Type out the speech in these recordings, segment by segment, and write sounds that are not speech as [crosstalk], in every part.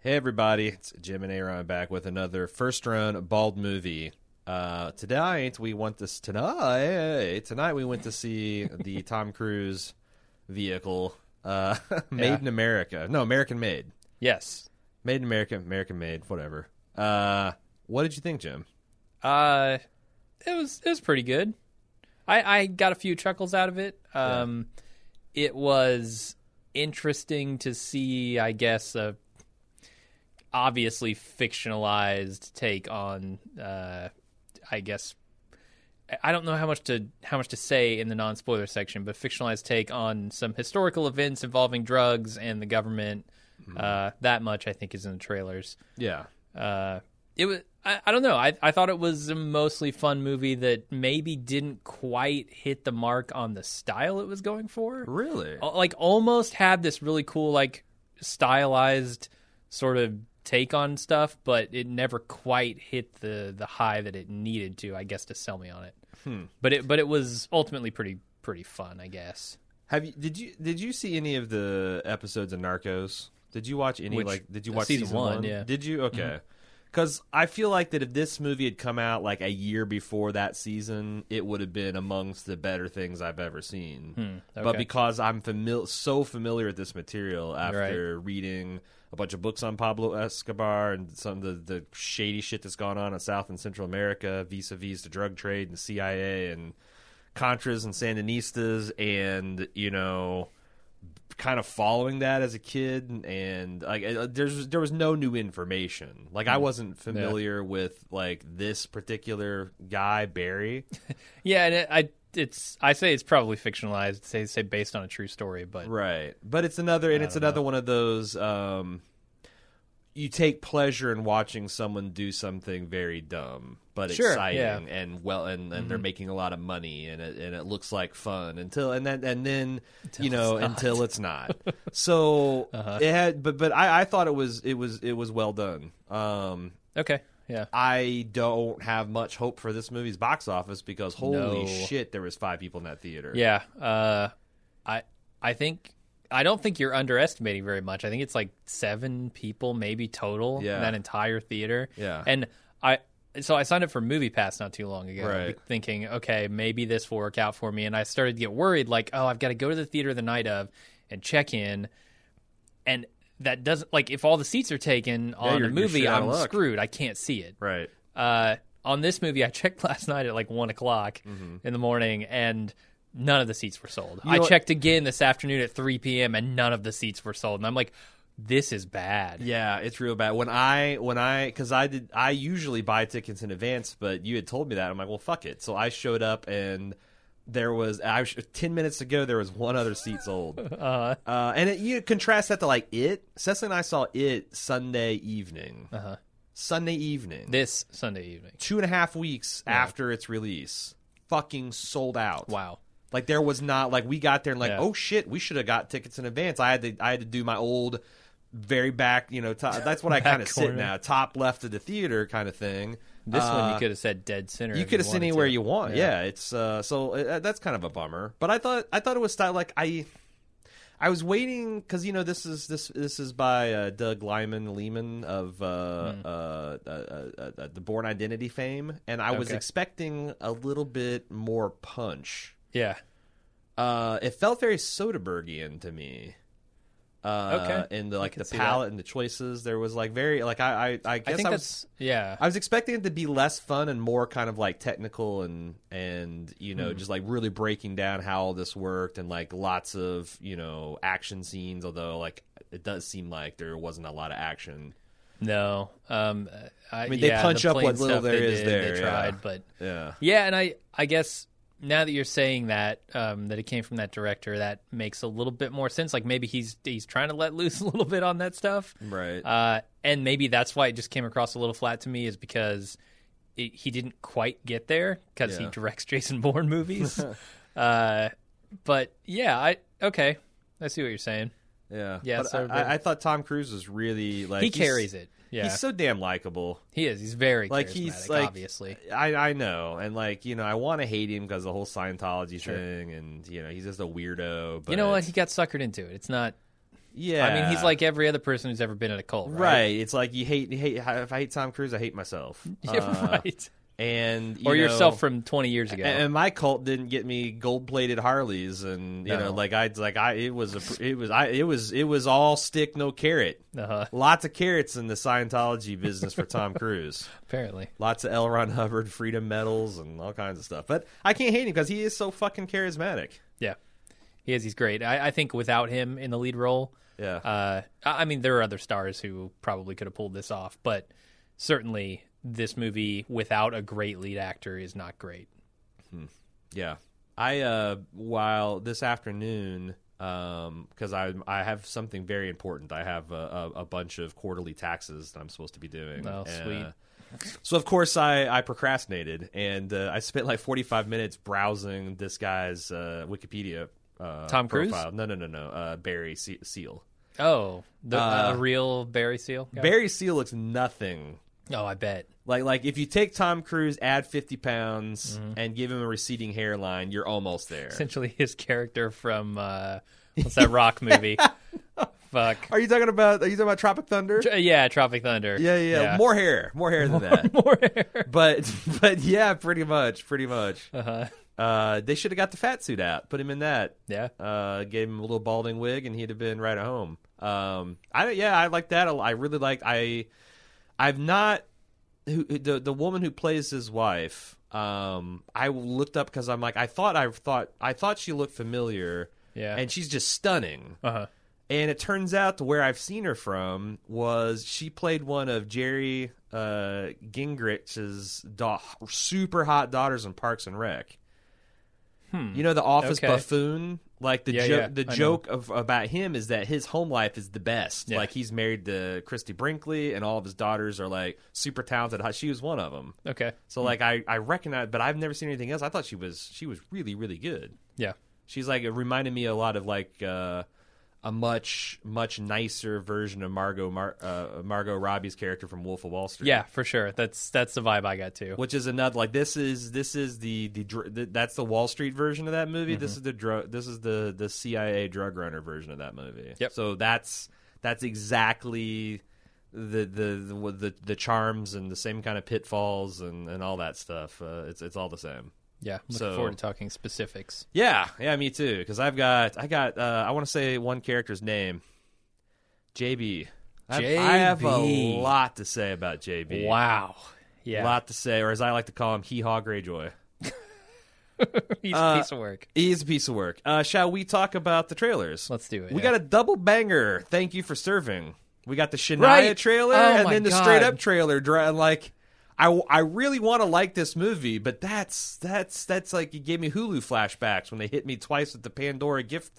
Hey everybody, it's Jim and Aaron back with another first run bald movie. Uh, tonight we want this tonight. Tonight we went to see the Tom Cruise vehicle, uh, [laughs] Made Yeah. in America. No, American Made, Yes. Made in America, American Made, whatever. Uh, what did you think, Jim? Uh, it was it was pretty good. I I got a few chuckles out of it. Um, it was interesting to see, I guess, a obviously fictionalized take on, uh, I guess. I- I don't know how much to how much to say in the non spoiler section, but fictionalized take on some historical events involving drugs and the government. Uh, that much I think is in the trailers Yeah, uh, it was I, I don't know I, I thought it was a mostly fun movie that maybe didn't quite hit the mark on the style it was going for really. Al- like almost had this really cool like stylized sort of take on stuff but it never quite hit the the high that it needed to I guess to sell me on it but it but it was ultimately pretty pretty fun I guess Have you did you did you see any of the episodes of Narcos? Did you watch any Which- like did you uh, watch season one, yeah. Mm-hmm. Did you? Okay. Cuz I feel like that if this movie had come out like a year before that season, it would have been amongst the better things I've ever seen. But Hmm, okay. because I'm famil- so familiar with this material after reading a bunch of books on Pablo Escobar and some of the, the shady shit that's gone on in South and Central America vis-a-vis the drug trade and CIA and Contras and Sandinistas and, you know, kind of following that as a kid and like uh, there's there was no new information. Like I wasn't familiar with like this particular guy Barry. yeah and it, I it's I say it's probably fictionalized say say based on a true story but Right. But it's another and it's another one of those um you take pleasure in watching someone do something very dumb but Sure, exciting yeah. Mm-hmm. and well and, and they're making a lot of money and it, and it looks like fun until and then and then you know until it's [laughs] not so Uh-huh. it had but but I, I thought it was it was it was well done um okay yeah I don't have much hope for this movie's box office because holy No. shit there was five people in that theater Yeah, uh, I I think I don't think you're underestimating very much. I think it's like seven people maybe total Yeah. in that entire theater. Yeah. and I so I signed up for Movie Pass not too long ago, Right. thinking okay maybe this will work out for me, and I started to get worried like oh I've got to go to the theater the night of and check in, and that doesn't like if all the seats are taken on you're- a you're movie shit out of I'm luck. screwed. I can't see it right uh, on this movie, I checked [laughs] last night at like one o'clock in the morning, and none of the seats were sold. I Mm-hmm. know- checked again this afternoon at three p.m., and none of the seats were sold. And I'm like, this is bad. Yeah, it's real bad. When I when I because I did I usually buy tickets in advance, but you had told me that I'm like, well, fuck it. So I showed up and there was I was, ten minutes ago there was one other seat sold. uh and it, you contrast that to like it. Cecily and I saw it Sunday evening. Uh-huh. Sunday evening, This Sunday evening. two and a half weeks after its release, fucking sold out. Wow. Like there was not like we got there and like Yeah. oh shit we should have got tickets in advance. I had to I had to do my old very back you know top, that's [laughs] what I kind of sit corner. now top left of the theater kind of thing. This one Uh, you could have said dead center. you if could have sit wanted anywhere to. you want. Yeah, it's uh, so uh, that's kind of a bummer. But I thought I thought it was style like I. I was waiting because you know this is this this is by uh, Doug Lyman Lehman of uh, Hmm. uh, uh, uh, uh, uh, the Born Identity fame, and I was Okay. expecting a little bit more punch Yeah. uh, it felt very Soderberghian to me. Uh, Okay. And the, like can the see palette and the choices, there was like very like I I, I I guess I, think was that's yeah. I was expecting it to be less fun and more kind of like technical and and you know just like really breaking down how all this worked and like lots of you know action scenes. Although like it does seem like there wasn't a lot of action. no. Um. I, mean, they yeah, punch the up plain what little stuff there they is did, there, They yeah. tried, but Yeah. Yeah, and I I guess now that you're saying that um, that it came from that director, that makes a little bit more sense. Like maybe he's he's trying to let loose [laughs] a little bit on that stuff, Right. uh, and maybe that's why it just came across a little flat to me is because it, he didn't quite get there because Yeah. he directs [laughs] Jason [laughs] Bourne movies. uh, but yeah, I okay, I see what you're saying. yeah. yeah, But Soderbergh- I, I- I thought Tom Cruise was really like he he's- carries it. Yeah, He's so damn likable. he is. He's very like charismatic, he's like obviously. I I know, and like you know, I want to hate him because the whole Scientology thing, and you know, he's just a weirdo. But You know what? He got suckered into it. It's not. Yeah, I mean, he's like every other person who's ever been in a cult, right. right? It's like you hate you hate if I hate Tom Cruise, I hate [laughs] myself. Yeah, Uh, right. And you Or know, yourself from 20 years ago. And, and my cult didn't get me gold plated Harleys, and you No. know, like I like I it was a it was I it was it was all stick no carrot. uh-huh, Lots of carrots in the Scientology business for [laughs] Tom Cruise. apparently. Lots of L. Ron Hubbard freedom medals and all kinds of stuff. But I can't hate him because he is so fucking charismatic. Yeah. He is. He's great. I, I think without him in the lead role, Yeah. uh, I I mean, there are other stars who probably could have pulled this off, but certainly this movie without a great lead actor is not great. Yeah. I uh while this afternoon um cuz I I have something very important. I have a, a, a bunch of quarterly taxes that I'm supposed to be doing. Oh, sweet. Uh, so of course I, I procrastinated and uh, I spent like 45 minutes browsing this guy's uh, Wikipedia uh, Tom Cruise? profile. No, no, no, no. Uh, Barry Se- Seal. Oh, the Uh, a real Barry Seal? guy? Barry Seal looks nothing Oh, I bet. like like if you take Tom Cruise, add 50 pounds, Mm-hmm. and give him a receding hairline, you're almost there. Essentially his character from, uh, what's that rock [laughs] movie? Fuck. Are you talking about? Are you talking about Tropic Thunder? Tr- Yeah, Tropic Thunder. Yeah, yeah, yeah. More hair, more hair than that. [laughs] More hair. But but yeah, pretty much, pretty much. Uh-huh. Uh, they should have got the fat suit out, put him in that. Yeah. Uh, gave him a little balding wig, and he'd have been right at home. Um, I yeah, I like that. I really like. I I've not who the the woman who plays his wife. Um, I looked up because I'm like I thought I thought I thought she looked familiar. Yeah. and she's just stunning. Uh-huh. And it turns out to where I've seen her from was she played one of Jerry uh, Gingrich's da- super hot daughters in Parks and Rec. You know the office Hmm. Okay. buffoon. Like the Yeah, jo- yeah, the I know. joke of about him is that his home life is the best. Yeah. Like he's married to Christy Brinkley, and all of his daughters are like super talented. Hot- She was one of them. Okay. So like I I recognize, but I've never seen anything else. I thought she was she was really really good. Yeah. She's like it reminded me a lot of like uh, a much much nicer version of Margot Mar- uh, Margot Robbie's character from Wolf of Wall Street. Yeah, for sure. That's that's the vibe I got too. which is another like this is this is the the, dr- th that's the Wall Street version of that movie. This Mm-hmm. is the drug this is the the CIA drug runner version of that movie. Yep. So that's that's exactly. The, the the the the charms and the same kind of pitfalls and, and all that stuff. Uh, it's it's all the same. Yeah, looking So- forward to talking specifics. Yeah, yeah, me too. Because I've got, I got, uh, I want to say one character's name, JB. I have, I have a JB. lot to say about JB. Wow. Yeah, [laughs] lot to say, or as I like to call him, Hee Haw Greyjoy. piece, uh, piece of work. He's a piece of work. Uh, shall we talk about the trailers? Let's do it. We yeah. got [laughs] a double banger. Thank you for serving. We got the Shania Right. trailer Oh and my then the God. straight up trailer. Dra- Like, I, I really want to like this movie, but that's that's that's like you gave me Hulu flashbacks when they hit me twice with the Pandora gift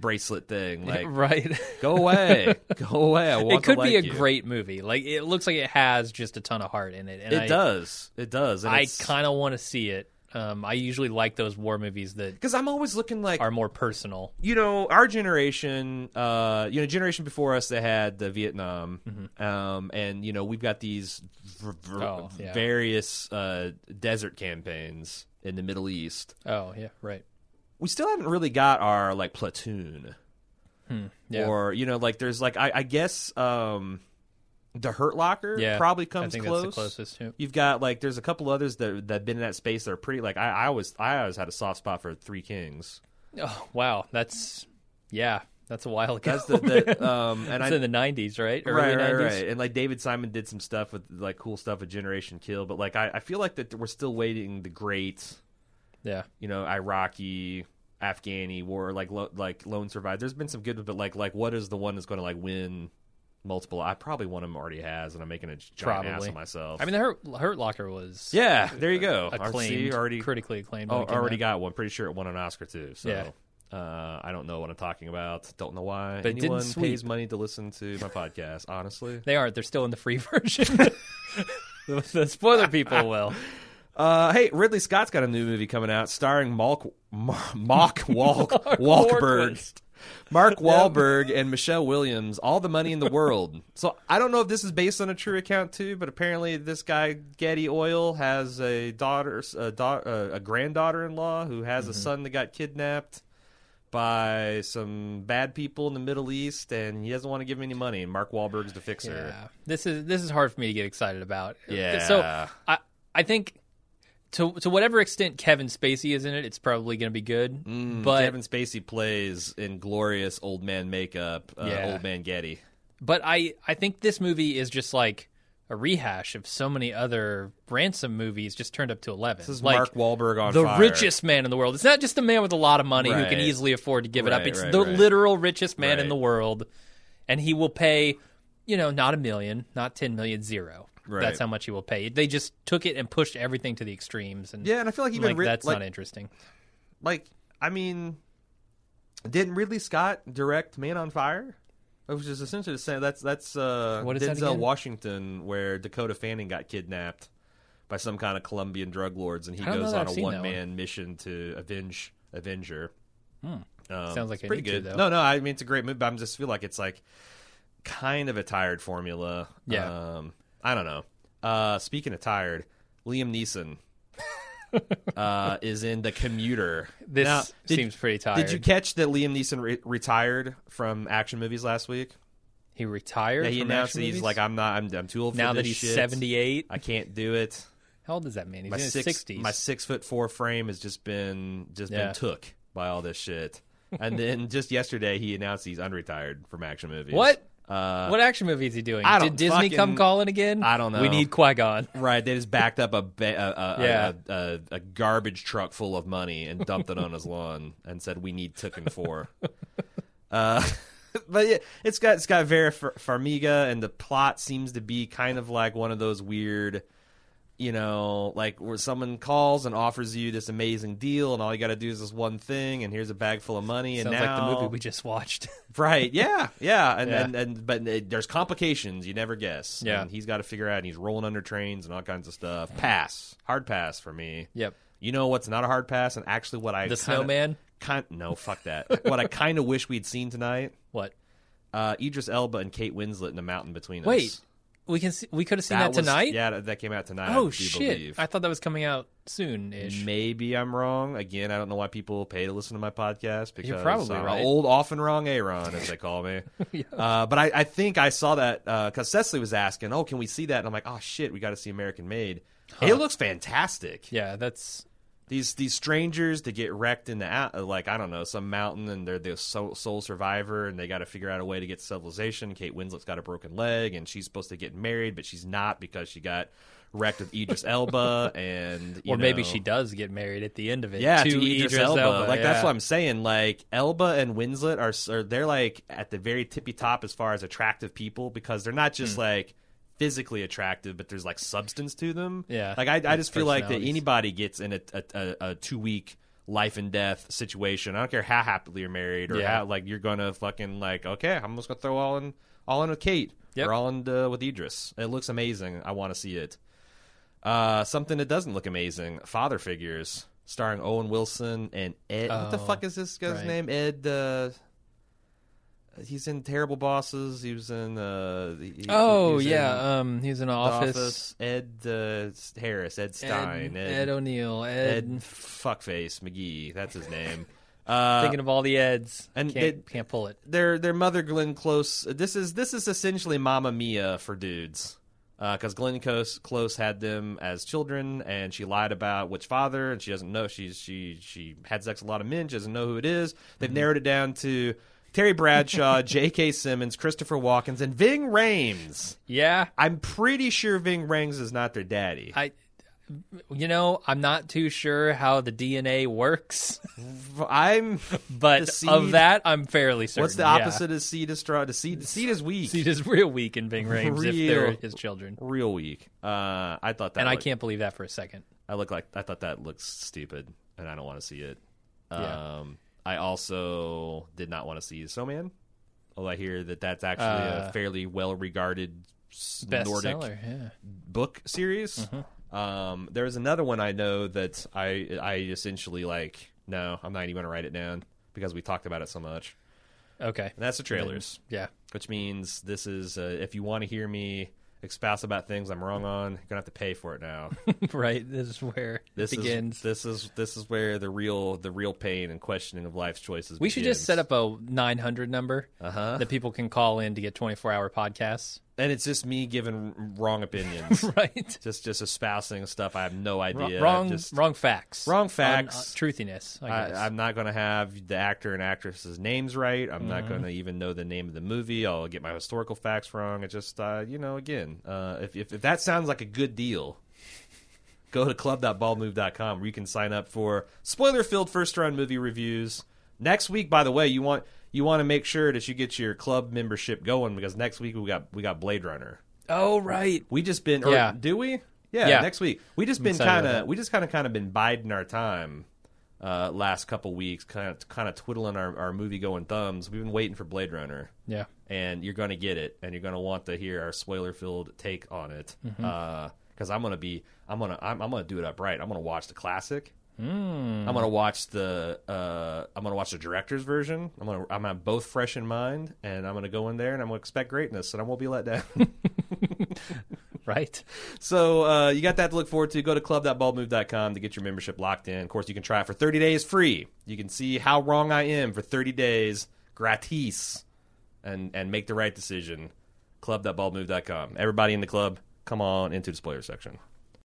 bracelet thing. Like, [laughs] right. go away, go away. I want [laughs] it could to be a like you. great movie. Like it looks like it has just a ton of heart in it. And It I, does. It does. And I it's- kind of want to see it. Um, I usually like those war movies that because I'm always looking like are more personal. you know, our generation, uh, you know, generation before us, they had the Vietnam, um, and you know, we've got these v- v- Mm-hmm. Oh, yeah. various uh, desert campaigns in the Middle East. Oh yeah, right. We still haven't really got our like platoon, Hmm, Yeah. or you know, like there's like I, I guess um, the Hurt Locker yeah, probably I comes think close. That's the closest. Yeah. You've got like there's a couple others that that've been in that space that are pretty like I, I always I always had a soft spot for Three [laughs] Kings. Oh wow, that's yeah, that's a while ago. That's the, the um, and I [laughs] it's in the '90s, right? right, Early right, 90s. right. And like David Simon did some stuff with like cool stuff with Generation Kill, but like I, I feel like that we're still waiting the great, Yeah. you know, Iraqi, Afghani war, like lo- like lone survivor. There's been some good, but like like what is the one that's going to like win multiple? I probably one of them already has, and I'm making a giant ass Probably. of myself. I mean, the Hurt, Hurt Locker was yeah, there you go. acclaimed, RC already critically acclaimed. when oh, it came already out. got one. Pretty sure it won an Oscar too. So. Yeah. Uh, I don't know what I'm talking about. Don't know why But it didn't anyone pays sweep. money to listen to my podcast. Honestly, They aren't. They're still in the free [laughs] version. the, the spoiler people will. Uh, hey, Ridley Scott's got a new movie coming out starring Malk, Mar- [laughs] Mark Walk, Walkberg. Wahlberg. Mark [laughs] Wahlberg and Michelle Williams, all the money in the world. So I don't know if this is based on a true account too, but apparently this guy Getty Oil has Mm-hmm. a daughter, a, da- a granddaughter-in-law who has a son that got kidnapped by some bad people in the Middle East, and he doesn't want to give him any money. And Mark Wahlberg's the fixer. Yeah. This is this is hard for me to get excited about. Yeah. So I I think to to whatever extent Kevin Spacey is in it, it's probably going to be good. Mm, but Kevin Spacey plays in glorious old man makeup, uh, Yeah. old man Getty. but I I think this movie is just like a rehash of so many other ransom movies just turned up to 11. This is like, Mark Wahlberg on the fire. richest man in the world. It's not just a man with a lot of money who Right. can easily afford to give it up. Right, It's right, the right. literal richest Right. man in the world, and he will pay, you know, not a million, not ten million, zero. Right. That's how much he will pay. They just took it and pushed everything to the extremes, and Yeah, and I feel like I'm even like Rid- that's like, not interesting. like I mean, didn't Ridley Scott direct Man on Fire? Which is essentially the same. That's that's uh, What is that Denzel again? Washington, where Dakota Fanning got kidnapped by some kind of Colombian drug lords, and he I don't know goes that on I've a seen that one man mission to avenge Avenger. Um, Sounds like it's I pretty need to, good. though. No, no, I mean it's a great movie. But I just feel like it's like kind of a tired formula. Yeah. Um, I don't know. Uh, speaking of tired, Liam [laughs] Neeson uh, is in the commuter. This Now, did- seems pretty tired. Did you catch that Liam Neeson re- retired from action movies last week? he retired. Yeah, he from announced action that he's movies? like, I'm not, I'm, I'm too old for now this that he's shit. 78. I can't do it. How old does that mean? He's My in his six, 60s. my six foot four frame has just been just Yeah. been took by all this shit. And [laughs] then just yesterday, he announced he's unretired from action movies. What? Uh, what action movie is he doing? I Did don't Disney fucking- come calling again? I don't We know. need Qui Gon. Right, they just backed up a ba- a, a, Yeah. a, a, a garbage truck full of money and dumped it on his lawn and said, "We need Tooken for." [laughs] uh, [laughs] but yeah, it's got it's got Vera Far- Farmiga, and the plot seems to be kind of like one of those weird, you know, like where someone calls and offers you this amazing deal, and all you got to do is this one thing, and here's a bag full of money, Sounds and now like the movie we just watched. Right. Yeah. Yeah. And Yeah. And, and but it, there's complications you never guess. Yeah. And he's got to figure out. And he's rolling under trains and all kinds of stuff. Pass. Hard pass for me. Yep. You know what's not a hard pass, and actually what I The Snowman. Kind no, fuck that. [laughs] what I kind of wish we'd seen tonight. What? Uh, Idris Elba and Kate Winslet in a mountain between us. Wait, we can see, we could have seen that, was- tonight. Yeah, that- that came out tonight. I oh do shit! believe. I thought that was coming out soon ish. Maybe I'm wrong. Again, I don't know why people pay to listen to my podcast because probably I'm right. old, often wrong Aaron, as they call [laughs] me. uh, but I, I think I saw that because Cecily was asking, "Oh, can we see that?" And I'm like, "Oh shit, we got to see American Made. It looks fantastic. Yeah, that's These these strangers that get wrecked in the out- like I don't know some mountain and they're the sole, sole survivor and they got to figure out a way to get to civilization. Kate Winslet's got a broken leg and she's supposed to get married, but she's not because she got wrecked with Idris [laughs] Elba and you or maybe know- she does get married at the end of it. yeah, to, to Idris, Elba. Like that's yeah. what I'm saying. Like Elba and Winslet are, s- are they're like at the very tippy top as far as attractive people because they're not Hmm. just like physically attractive, but there's like substance to them. Yeah, like I, I like just feel like that personalities. anybody gets in a, a, a, a two week life and death situation. I don't care how happily you're married or Yeah. how like you're gonna fucking like okay, I'm just gonna throw all in all in with Kate Yep. or all in uh, with Idris. It looks amazing. I want to see it. Uh, something that doesn't look amazing. Father figures, starring Owen Wilson and Ed. what the Oh, fuck is this guy's right. name? Ed. Uh, he's in Terrible Bosses. He was in. Uh, he- he- he Oh was in yeah, um, he's in The office. Ed uh, Harris. Ed Stein. Ed, Ed O'Neill. Ed. Ed Fuckface McGee. That's his name. [laughs] Uh, Thinking of all the Eds, and can't, it- can't pull it. their their mother Glenn Close. This is this is essentially Mamma Mia for dudes, because Glenn Close, Close had them as children, and she lied about which father, and she doesn't know she's she she had sex with a lot of men, she doesn't know who it is. Mm-hmm. They've narrowed it down to Terry [laughs] Bradshaw, J.K. Simmons, Christopher Walken, and Ving Rhames. Yeah, I'm pretty sure Ving Rhames is not their daddy. I. You know, I'm not too sure how the DNA works, [laughs] I'm The but seed- of that, I'm fairly certain. what's the yeah. opposite of seed is straw? The seed seed is weak, [laughs] See, this real weak in Ving Rhames if they're Real. his children. real weak. Uh, I thought that and I looked- can't believe that for a second. I look like I thought that looks stupid, and I don't want to see it. Yeah. Um, I also did not want to see Snowman, although I hear that that's actually Uh, a fairly well-regarded s- Best Nordic seller, Mm-hmm. yeah. book series. Um, there was another one I know that I I essentially like. No, I'm not even going to write it down because we talked about it so much. Okay. And that's the trailers Yeah. [laughs] which means this is uh, if you want to hear me expouse about things I'm Mm-hmm. wrong on. You're gonna have to pay for it now. right. This is where This it begins. is this is this is where the real the real pain and questioning of life's choices. we should just set up a 900 number Uh-huh. that people can call in to get 24 hour podcasts. [laughs] and it's just me giving wrong opinions, right. just just espousing stuff I have no Wr- idea. wrong, Just- wrong facts. Wrong on, uh, facts. truthiness. I guess. I, I'm not going to have the actor and actresses' names right. I'm Mm-hmm. not going to even know the name of the movie. I'll get my historical facts wrong. It just, uh, you know, again, uh, if, if if that sounds like a good deal, go to club.ballmove.com where you can sign up for spoiler-filled first-round movie reviews next week. By the way, you want you want to make sure that you get your club membership going because next week we got we got Blade Runner. oh, right. We just been, or Yeah. do we? Yeah, Yeah. next week. We just been excited kind about of, we just kind of, kind of been biding our time uh, last couple weeks, kind of, kind of twiddling our, our movie going thumbs. We've been waiting for Blade Runner, Yeah. [laughs] and you're gonna get it, and you're gonna want to hear our spoiler filled take on it, Mm-hmm. because I'm gonna be, I'm gonna, I'm, I'm gonna do it upright. I'm gonna watch the classic. Hmm. I'm gonna watch the uh, I'm gonna watch the director's version. I'm gonna I'm gonna have both fresh in mind, and I'm gonna go in there and I'm gonna expect greatness, and I won't be let down. [laughs] Right. So uh, you got that to look forward to. Go to club.baldmove.com to get your membership locked in. Of course, you can try it for 30 days free. You can see how wrong I am for 30 days gratis and, and make the right decision. Club.baldmove.com. Everybody in the club, come on into the spoiler section.